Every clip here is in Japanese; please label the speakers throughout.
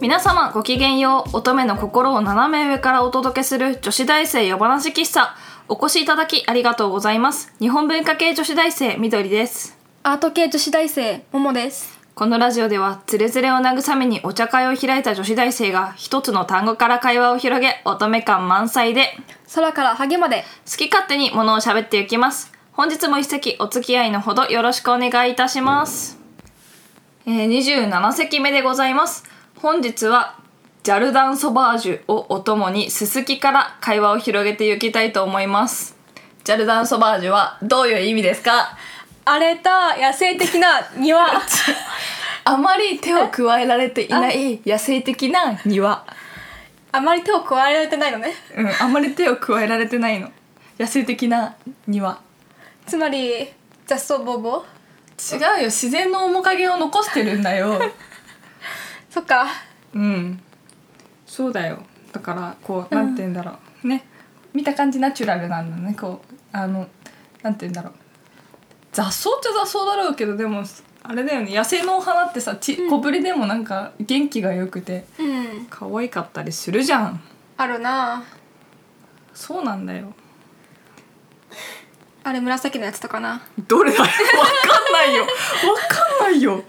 Speaker 1: 皆様ごきげんよう乙女の心を斜め上からお届けする女子大生夜話喫茶お越しいただきありがとうございます日本文化系女子大生みどりです
Speaker 2: アート系女子大生ももです
Speaker 1: このラジオではつれづれを慰めにお茶会を開いた女子大生が一つの単語から会話を広げ乙女感満載で
Speaker 2: 空からハゲまで
Speaker 1: 好き勝手にものを喋っていきます本日も一席お付き合いのほどよろしくお願いいたします、えー、27席目でございます本日はジャルダンソバージュをお供にすすきから会話を広げていきたいと思いますジャルダンソバージュはどういう意味ですか
Speaker 2: 荒れた野生的な庭
Speaker 1: あまり手を加えられていない野生的な庭
Speaker 2: あまり手を加えられてないのね
Speaker 1: うん、あんまり手を加えられてないの野生的な庭
Speaker 2: つまり雑草ボーボー
Speaker 1: 違うよ自然の面影を残してるんだよ
Speaker 2: そっか
Speaker 1: うんそうだよだからこうなんて言うんだろう、ね見た感じナチュラルなんだねこうあのなんて言うんだろう雑草っちゃ雑草だろうけどでもあれだよね野生のお花ってさち小ぶりでもなんか元気が良くて
Speaker 2: うん
Speaker 1: 可愛かったりするじゃん
Speaker 2: あるな
Speaker 1: そうなんだよ
Speaker 2: あれ紫のやつとかな
Speaker 1: どれだ よわかんないよわかんないよ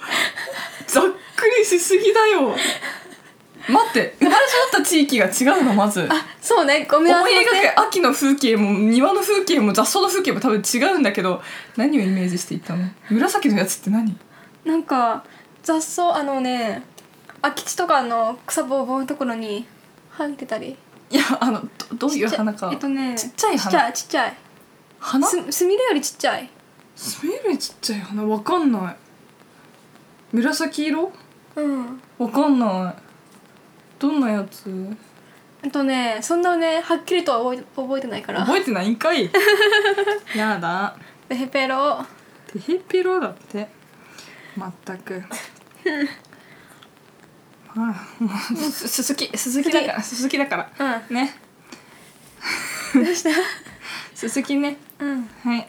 Speaker 1: ざっくりしすぎだよ待って生まれ育った地域が違うのまず思い
Speaker 2: そうねゴミ合わ
Speaker 1: 描
Speaker 2: せ
Speaker 1: け秋の風景も庭の風景も雑草の風景も多分違うんだけど何をイメージしていったの紫のやつって何
Speaker 2: なんか雑草あのね空き地とかの草ぼうぼうのところに生えてたり
Speaker 1: いやあのどどういう花か
Speaker 2: ちっちゃいえっとね
Speaker 1: ちっちゃい
Speaker 2: ちっ
Speaker 1: 花
Speaker 2: ちゃいちっちゃい
Speaker 1: 花
Speaker 2: すすみれよりちっちゃい
Speaker 1: スミレちっちゃい花わかんない紫色
Speaker 2: うん
Speaker 1: わかんないどんなやつ
Speaker 2: あとねそんなねはっきりとは覚え覚えてないから
Speaker 1: 覚えてないんかいやだ
Speaker 2: でヘペロ
Speaker 1: テヘペロだってまったくまあもうすすすきすすきだからすすきだから
Speaker 2: う
Speaker 1: ね
Speaker 2: んど うした
Speaker 1: すすきね
Speaker 2: うん
Speaker 1: はい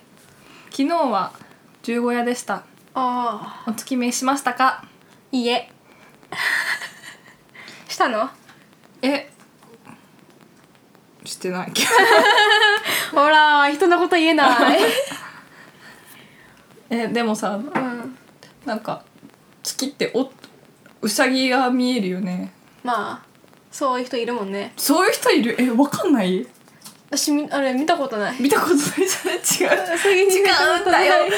Speaker 1: 昨日は十五夜でした
Speaker 2: ああ
Speaker 1: お月見しましたか
Speaker 2: いいえ したの
Speaker 1: えしてないけど
Speaker 2: ほら人のこと言えない
Speaker 1: えでもさ
Speaker 2: うん
Speaker 1: なんか月っておうさぎが見えるよね
Speaker 2: まあそういう人いるもんね
Speaker 1: そういう人いるえわかんない
Speaker 2: 私みあれ見たこと ない
Speaker 1: 見たことないじゃない違う
Speaker 2: そういう人
Speaker 1: 違
Speaker 2: 見たこ
Speaker 1: うん
Speaker 2: と
Speaker 1: だ
Speaker 2: ない
Speaker 1: よ違う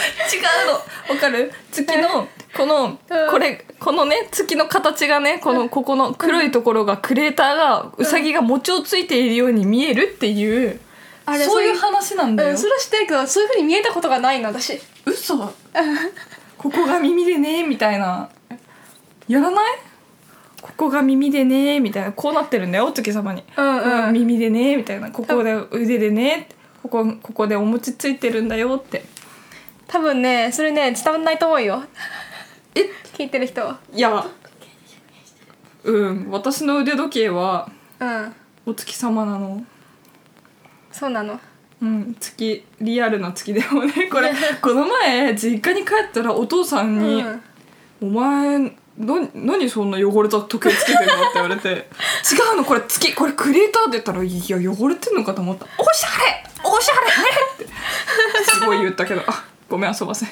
Speaker 1: のわかる月のこの
Speaker 2: うん
Speaker 1: これこのね月の形がねこのここの黒いところがクレーターがうさぎが餅をついているように見えるっていう
Speaker 2: あれ
Speaker 1: そういう
Speaker 2: そ
Speaker 1: 話なんだ
Speaker 2: うい
Speaker 1: よ
Speaker 2: う、うん、それは知ってるけどそういうふうに見えたことがないの私
Speaker 1: 嘘ここが耳でねみたいなやらないここが耳でねみたいなこうなってるんだよお月様に
Speaker 2: うん
Speaker 1: うん、耳でねみたいなここで腕でねここここでお餅ついてるんだよって
Speaker 2: 多分ねそれね伝わんないと思う よ
Speaker 1: え
Speaker 2: 聞いてる人はい
Speaker 1: やうん私の腕時計は
Speaker 2: うん
Speaker 1: お月様なの
Speaker 2: そうなの
Speaker 1: うん月リアルな月でもねこ れこの前実家に帰ったらお父さんに
Speaker 2: うん
Speaker 1: 「お前な何そんな汚れた時計つけてるの?」って言われ て「違うのこれ月これクリエイター」って言ったら「いや汚れてんのかと思ったおしゃれおしゃれね」ってすごい言ったけどあごめん遊ばせん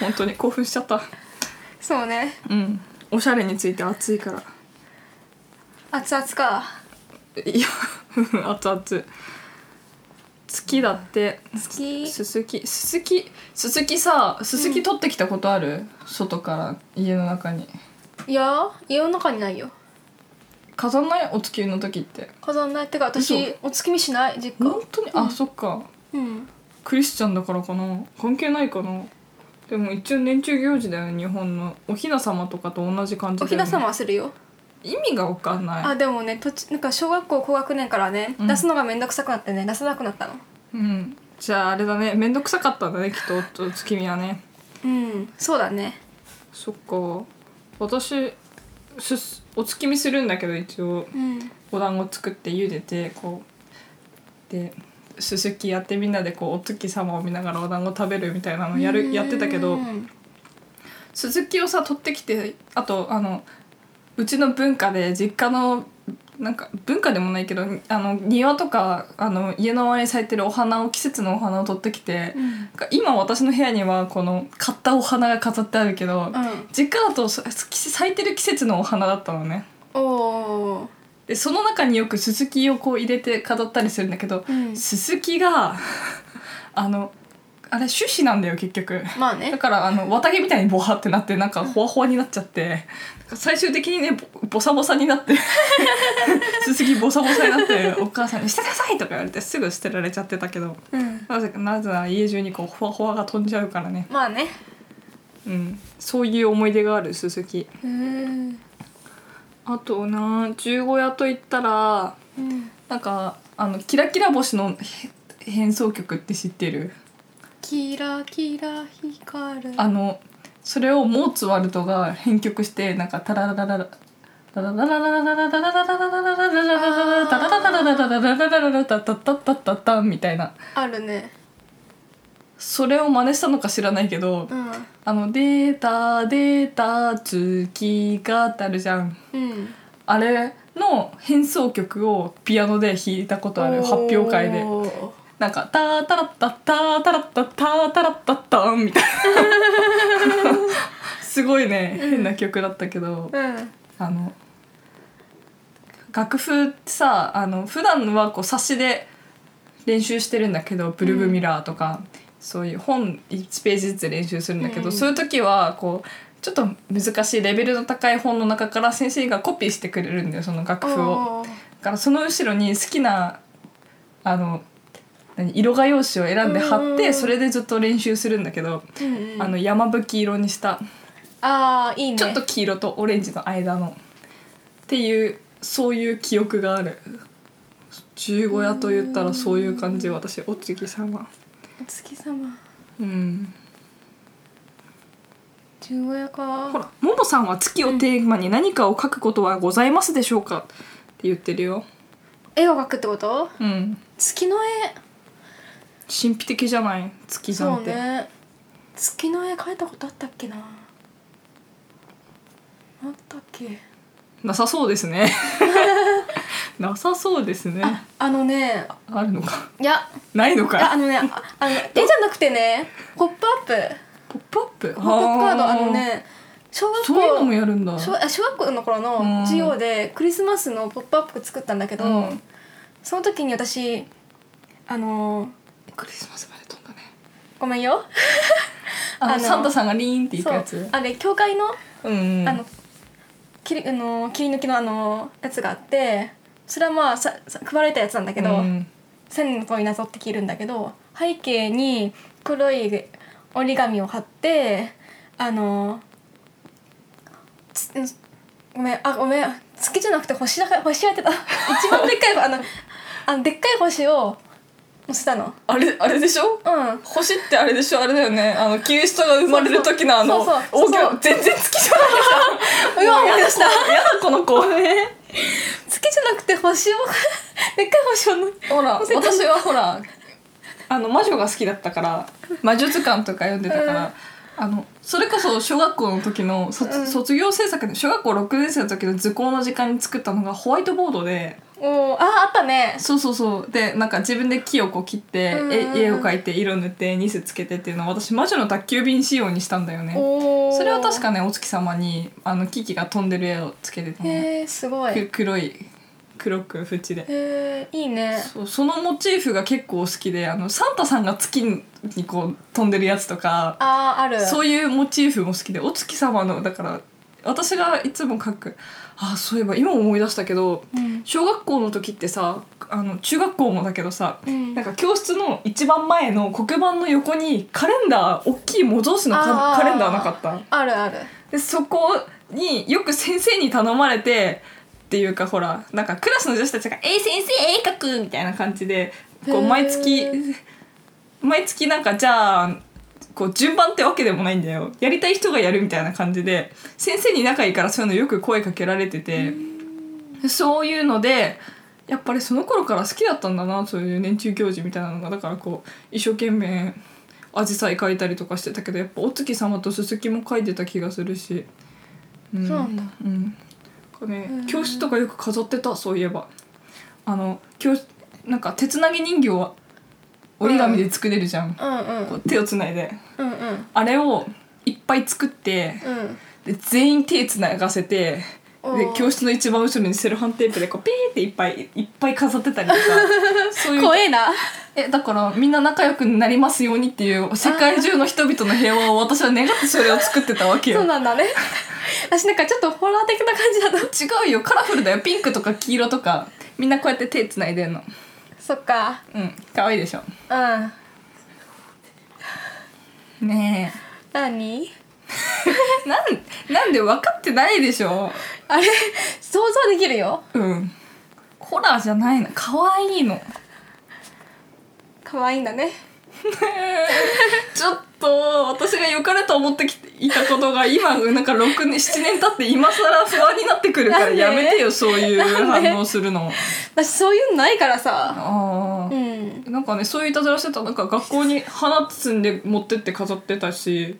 Speaker 1: 本当に興奮しちゃった
Speaker 2: そうね
Speaker 1: うんおしゃれについて熱いから。
Speaker 2: 熱々か
Speaker 1: いや熱々月だって
Speaker 2: 好き
Speaker 1: すすきすすきすすきさすすき取ってきたことある、外から家の中に
Speaker 2: いや家の中にないよ
Speaker 1: 飾んないお月見の時って
Speaker 2: 飾んないってか私お月見しない実家
Speaker 1: 本当にあ、そっか
Speaker 2: うん
Speaker 1: クリスチャンだからかな関係ないかなでも一応年中行事だよね日本のおひな様とかと同じ感じだ
Speaker 2: おひ
Speaker 1: よね
Speaker 2: な様はするよ
Speaker 1: 意味がわかんな
Speaker 2: あ
Speaker 1: い
Speaker 2: でもねとちなんか小学校高学年からね
Speaker 1: うん
Speaker 2: 出すのがめんどくさくなってね出さなくなったの
Speaker 1: うんじゃああれだね面倒くさかったんだねきっとお月見はね
Speaker 2: うんそうだね
Speaker 1: そっか私すすお月見するんだけど一応
Speaker 2: うん
Speaker 1: お団子作って茹でてこうですすきやってみんなでこうお月様を見ながらお団子食べるみたいなのやるやってたけ
Speaker 2: う
Speaker 1: ど
Speaker 2: ん
Speaker 1: すすきをさ取ってきてあとあのうちの文化で実家のなんか文化でもないけどあの庭とかあの家の周りに咲いてるお花を季節のお花を取ってきて、なんか今私の部屋にはこの買ったお花が飾ってあるけど、
Speaker 2: うん
Speaker 1: 実家だとさ咲いてる季節のお花だったのね。
Speaker 2: おお
Speaker 1: でその中によくススキをこう入れて飾ったりするんだけど、
Speaker 2: うん
Speaker 1: ススキが あのあれ種子なんだよ結局。
Speaker 2: まあ
Speaker 1: だ
Speaker 2: ね
Speaker 1: からあの綿毛みたいにボワってなってなんかホワホワになっちゃってなんか最終的にねボボサボサになって すすぎボサボサにな ってお母さんに「捨てなさい!」とか言われてすぐ捨てられちゃってたけど
Speaker 2: うん
Speaker 1: なぜかなぜなら家中にこうホワホワが飛んじゃうからね、
Speaker 2: まあね
Speaker 1: うん、そういう思い出があるすすぎ
Speaker 2: うん
Speaker 1: あとな十五夜といったら
Speaker 2: うん
Speaker 1: なんかあのキラキラ星のへ変奏曲って知ってる
Speaker 2: キラキラ光る
Speaker 1: あのそれをモーツァルトが編曲してなんかタラララララタラララララララララララララララララタラララララララララララタタタタタタみたいな
Speaker 2: あるね
Speaker 1: それを真似したのか知らないけど
Speaker 2: うん
Speaker 1: あの「データデータ月が」ってあるじゃん
Speaker 2: うん
Speaker 1: あれの変奏曲をピアノで弾いたことある発表会で
Speaker 2: おー
Speaker 1: なんか「タータラッタッタータラッタッタータラッタッターン」みたい なすごいね変な曲だったけど、
Speaker 2: うん
Speaker 1: あの楽譜ってさあの普段はこう冊子で練習してるんだけど「ブルーミラー」とか、そういう本1ページずつ練習するんだけど、
Speaker 2: うん
Speaker 1: そういう時はこうちょっと難しいレベルの高い本の中から先生がコピーしてくれるんだよその楽譜を。
Speaker 2: おー
Speaker 1: だからその後ろに好きなあの何色画用紙を選んで貼っ
Speaker 2: う
Speaker 1: て
Speaker 2: ん
Speaker 1: それでずっと練習するんだけど、
Speaker 2: うんうん
Speaker 1: あの山吹色にした
Speaker 2: あーいいね
Speaker 1: ちょっと黄色とオレンジの間のっていうそういう記憶がある十五夜と言ったらそういう感じ私お月さんは
Speaker 2: お月様
Speaker 1: うん
Speaker 2: 十五夜か
Speaker 1: ほらももさんは月をテーマに何かを書くことはございますでしょうかって言ってるよ
Speaker 2: 絵を描くってこと
Speaker 1: うん
Speaker 2: 月の絵
Speaker 1: 神秘的じゃない月さん
Speaker 2: そう
Speaker 1: って、
Speaker 2: ね月の絵描いたことあったっけなあったっけ
Speaker 1: なさそうですね なさそうですね
Speaker 2: ああのね
Speaker 1: あるのか
Speaker 2: いや
Speaker 1: ないの
Speaker 2: いやあ
Speaker 1: か
Speaker 2: のねああの絵じゃなくてねポップアップ
Speaker 1: ポップアップ
Speaker 2: ポップアップカード
Speaker 1: あ
Speaker 2: あ
Speaker 1: ー
Speaker 2: のね小学校
Speaker 1: そういうのもやるんだ
Speaker 2: 小あ小学校の頃の
Speaker 1: うん
Speaker 2: 授業でクリスマスのポップアップ作ったんだけど、
Speaker 1: うん
Speaker 2: その時に私あのー
Speaker 1: クリスマスまで飛んだね
Speaker 2: ごめんよ
Speaker 1: あ
Speaker 2: あ
Speaker 1: の
Speaker 2: の
Speaker 1: サンタさんがリーンっていく
Speaker 2: そ
Speaker 1: や
Speaker 2: う
Speaker 1: つ
Speaker 2: あれ教会の
Speaker 1: うんうん
Speaker 2: あの切りあの切り抜きのあのやつがあってそれはまあささ配られたやつなんだけど、
Speaker 1: うん
Speaker 2: 千の恋なぞって着るんだけど背景に黒い折り紙を貼ってあのつんごめんあごめん月じゃなくて星だか星やっ てた一番でっかいあのあのでっかい星を載せたの
Speaker 1: あれあれでしょ
Speaker 2: うん
Speaker 1: 星ってあれでしょあれだよねあのキリストが生まれる時のあの
Speaker 2: そうそうそうそう
Speaker 1: 大きな全然月じゃない
Speaker 2: うん思い出した
Speaker 1: やだこの子ほ
Speaker 2: 月じゃなくて星を でっかい星をの
Speaker 1: ら
Speaker 2: せた
Speaker 1: 私はほらあの魔女が好きだったから魔術館とか読んでたから、あのそれこそ小学校の時の卒,、
Speaker 2: うん
Speaker 1: 卒業制作で小学校6年生の時の図工の時間に作ったのがホワイトボードで
Speaker 2: おーああったね
Speaker 1: そうそうそうでなんか自分で木をこう切って、
Speaker 2: うんうんうん
Speaker 1: 絵絵を描いて色塗ってニスつけてっていうのを私魔女の宅急便仕様にしたんだよね
Speaker 2: おー
Speaker 1: それは確かねお月様にあのキキが飛んでる絵をつけてたのね
Speaker 2: へえすごい
Speaker 1: く
Speaker 2: へ
Speaker 1: 黒い黒く縁で
Speaker 2: えいいね
Speaker 1: そうそのモチーフが結構好きであのサンタさんが月にこう飛んでるやつとか
Speaker 2: あーある
Speaker 1: そういうモチーフも好きでお月様のだから私がいつも描くあそういえば今思い出したけど
Speaker 2: うん
Speaker 1: 小学校の時ってさあの中学校もだけどさ
Speaker 2: うん
Speaker 1: なんか教室の一番前の黒板の横にカレンダー大きい模造紙の
Speaker 2: あ
Speaker 1: カ
Speaker 2: ー
Speaker 1: カレンダーなかった
Speaker 2: あるある
Speaker 1: でそこによく先生に頼まれてっていうかほらなんかクラスの女子たちが「えー、先生絵描く!」みたいな感じでこう
Speaker 2: へー
Speaker 1: 毎月毎月なんかじゃあこう順番ってわけでもないんだよやりたい人がやるみたいな感じで先生に仲いいからそういうのよく声かけられててそういうのでやっぱりその頃から好きだったんだなそういう年中行事みたいなのがだからこう一生懸命アジサイ描いたりとかしてたけどやっぱお月様とすすきも描いてた気がするし、うん
Speaker 2: そうなんだ
Speaker 1: うん、かね教室とかよく飾ってたそういえばあの教室なんか手つなぎ人形は折り紙で作れるじゃん、
Speaker 2: うんう
Speaker 1: こ
Speaker 2: ん
Speaker 1: う手をつないで
Speaker 2: うんうん
Speaker 1: あれをいっぱい作って
Speaker 2: うん
Speaker 1: で全員手つながせて
Speaker 2: お
Speaker 1: で
Speaker 2: ー
Speaker 1: 教室の一番後ろにセロハンテープでこうピーっていっぱいいっぱい飾ってた りとかそういう
Speaker 2: 怖えな
Speaker 1: えだからみんな仲良くなりますようにっていう世界中の人々の平和を私は願ってそれを作ってたわけ
Speaker 2: そう
Speaker 1: よ
Speaker 2: なんだね私なんかちょっとホラー的な感じだ と
Speaker 1: 違うよカラフルだよピンクとか黄色とかみんなこうやって手つないでんの
Speaker 2: そっか
Speaker 1: うん可愛いでしょ
Speaker 2: うん
Speaker 1: ね
Speaker 2: 何
Speaker 1: えなんなんで分かってないでしょ
Speaker 2: あれ想像できるよ
Speaker 1: うんホラーじゃないの可愛いの
Speaker 2: 可愛いんだね
Speaker 1: ちょっと私が良かれと思ってきていたことが今なんか6年7年経 って今更不安になってくるから
Speaker 2: なんで
Speaker 1: やめてよそういう
Speaker 2: なんで
Speaker 1: 反応するの
Speaker 2: 私そういうのないからさ
Speaker 1: ああ
Speaker 2: うん
Speaker 1: なんかねそういういたずらしてたなんか学校に花摘んで持ってって飾ってたし、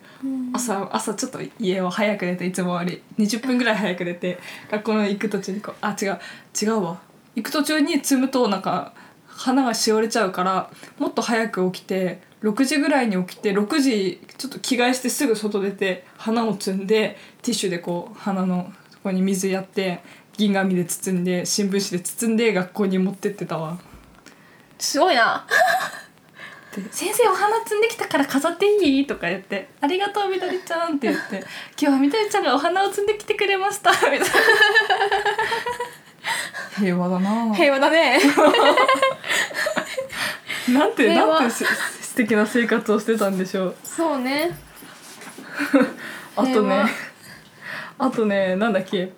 Speaker 1: 朝朝ちょっと家を早く出ていつもより20分ぐらい早く出て学校の行く途中にこうあ違う違うわ行く途中に摘むとなんか花がしおれちゃうからもっと早く起きて6時ぐらいに起きて6時ちょっと着替えしてすぐ外出て花を摘んでティッシュでこう花のとこに水やって銀紙で包んで新聞紙で包んで学校に持ってってたわ。
Speaker 2: すごいな
Speaker 1: って先生お花摘んできたから飾っていい?」とか言って「ありがとうみどりちゃん」って言って「今日はみどりちゃんがお花を摘んできてくれました」みたいな平和だな
Speaker 2: 平和だね
Speaker 1: なんて
Speaker 2: 平和
Speaker 1: なんてす素敵な生活をしてたんでしょう
Speaker 2: そうね
Speaker 1: あと
Speaker 2: 平
Speaker 1: ね
Speaker 2: 和
Speaker 1: あとねなんだっけ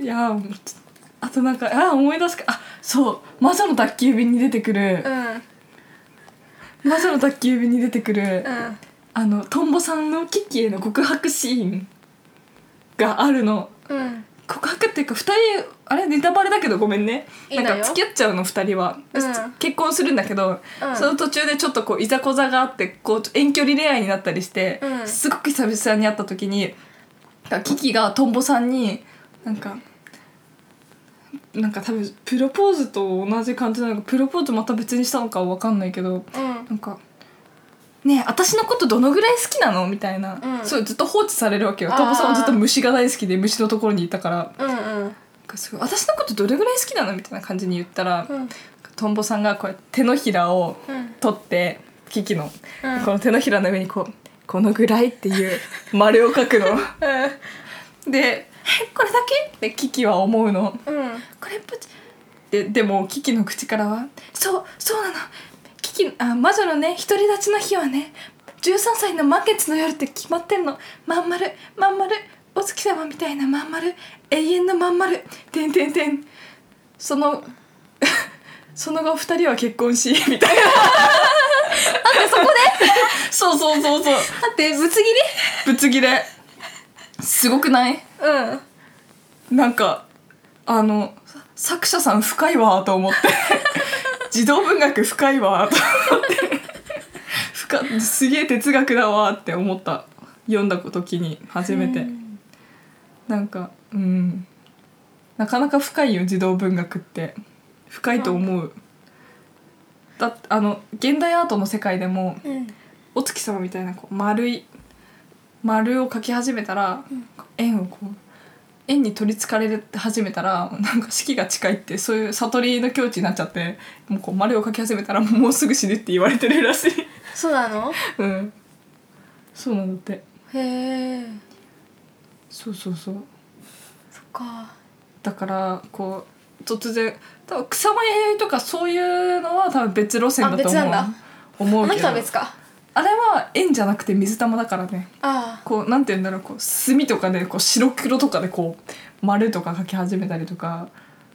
Speaker 1: いやーもうちょあとなんかあー思い出すかあそう魔女の宅急便に出てくる
Speaker 2: う、んうん
Speaker 1: 魔女の宅急便に出てくる、あのトンボさんのキキへの告白シーンがあるの
Speaker 2: うん
Speaker 1: 告白っていうか2人あれネタバレだけどごめんね
Speaker 2: いいのよ
Speaker 1: なんか付き合っちゃうの2人は、
Speaker 2: うん
Speaker 1: 結婚するんだけど、
Speaker 2: うん
Speaker 1: その途中でちょっとこういざこざがあってこう遠距離恋愛になったりして、
Speaker 2: うん
Speaker 1: すごく久々に会った時になんかキキがトンボさんになんか。なんか多分プロポーズと同じ感じなのかプロポーズまた別にしたのかは分かんないけど、
Speaker 2: うん
Speaker 1: なんか「ねえ私のことどのぐらい好きなの?」みたいな、
Speaker 2: うん
Speaker 1: そうずっと放置されるわけよ
Speaker 2: あー
Speaker 1: トンボさんはずっと虫が大好きで虫のところにいたからなん
Speaker 2: うんうん
Speaker 1: かすごい私のことどれぐらい好きなのみたいな感じに言ったら、
Speaker 2: うん
Speaker 1: トンボさんがこうやって手のひらを
Speaker 2: うん
Speaker 1: 取って、キキの、
Speaker 2: うん
Speaker 1: この手のひらの上にこう「このぐらい」っていう丸を書く の。で「えこれだけ?」ってキキは思うの。
Speaker 2: うん
Speaker 1: これプチででもキキの口からは「そうそうなのキキあ魔女のね独り立ちの日はね13歳の満月の夜って決まってんのまん丸まん丸お月様みたいなまん丸永遠のまん丸てんてんてん」その その後二人は結婚し みたいなあってそこで そうそうそうそう
Speaker 2: だってぶつ切り
Speaker 1: ぶつ切れすごくない
Speaker 2: うん
Speaker 1: なんかあのさ作者さん深いわと思って 児童文学深いわと思って深すげえ哲学だわって思った読んだ時に初めて、
Speaker 2: うん
Speaker 1: なんかうんなかなか深いよ児童文学って深いと思うだってあの現代アートの世界でも
Speaker 2: うん
Speaker 1: お月様みたいなこう丸い丸を描き始めたら、円をこう円に取りつかれ始めたらなんか四季が近いってそういう悟りの境地になっちゃってもうこう丸を描き始めたらもうすぐ死ぬって言われてるらしい
Speaker 2: そうなの
Speaker 1: うんそうなんだって
Speaker 2: へえ
Speaker 1: そうそうそう
Speaker 2: そっか
Speaker 1: だからこう突然多分草間弥生とかそういうのは多分別路線だと思う
Speaker 2: あ別なんだ
Speaker 1: 思
Speaker 2: あ
Speaker 1: う
Speaker 2: の
Speaker 1: け
Speaker 2: 人
Speaker 1: ど
Speaker 2: は別か
Speaker 1: あれは円じゃなくて水玉だからね
Speaker 2: あ
Speaker 1: こうなんて言うんだろうこう墨とかでこう白黒とかでこう丸とか描き始めたりとか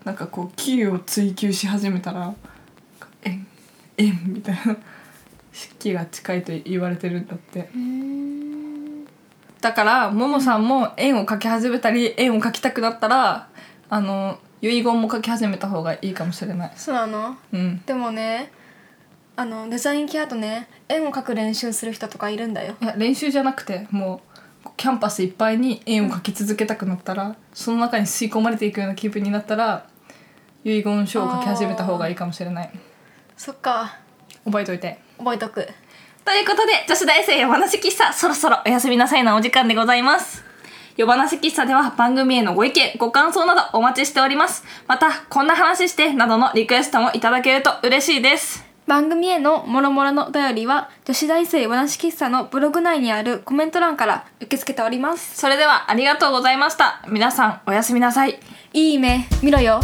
Speaker 1: なんかこうキーを追求し始めたら円円みたいな四季が近いと言われてるんだって
Speaker 2: あうん
Speaker 1: だからももさんも円を描き始めたり円を描きたくなったらあの遺言も描き始めた方がいいかもしれない
Speaker 2: そうなの
Speaker 1: うん
Speaker 2: でもねあのデザイン系だとね絵を描く練習する人とかいるんだよ
Speaker 1: いや練習じゃなくてもうキャンパスいっぱいに円を描き続けたくなったら、その中に吸い込まれていくような気分になったら遺言書を書き始めた方がいいかもしれない
Speaker 2: そっか
Speaker 1: 覚えといて
Speaker 2: 覚えとく
Speaker 1: ということで女子大生夜話喫茶そろそろおやすみなさいのお時間でございます夜話喫茶では番組へのご意見ご感想などお待ちしておりますまたこんな話してなどのリクエストもいただけると嬉しいです
Speaker 2: 番組へのもろもろのお便りは女子大生話喫茶のブログ内にあるコメント欄から受け付けております
Speaker 1: それではありがとうございました皆さんおやすみなさい
Speaker 2: いい目見ろよ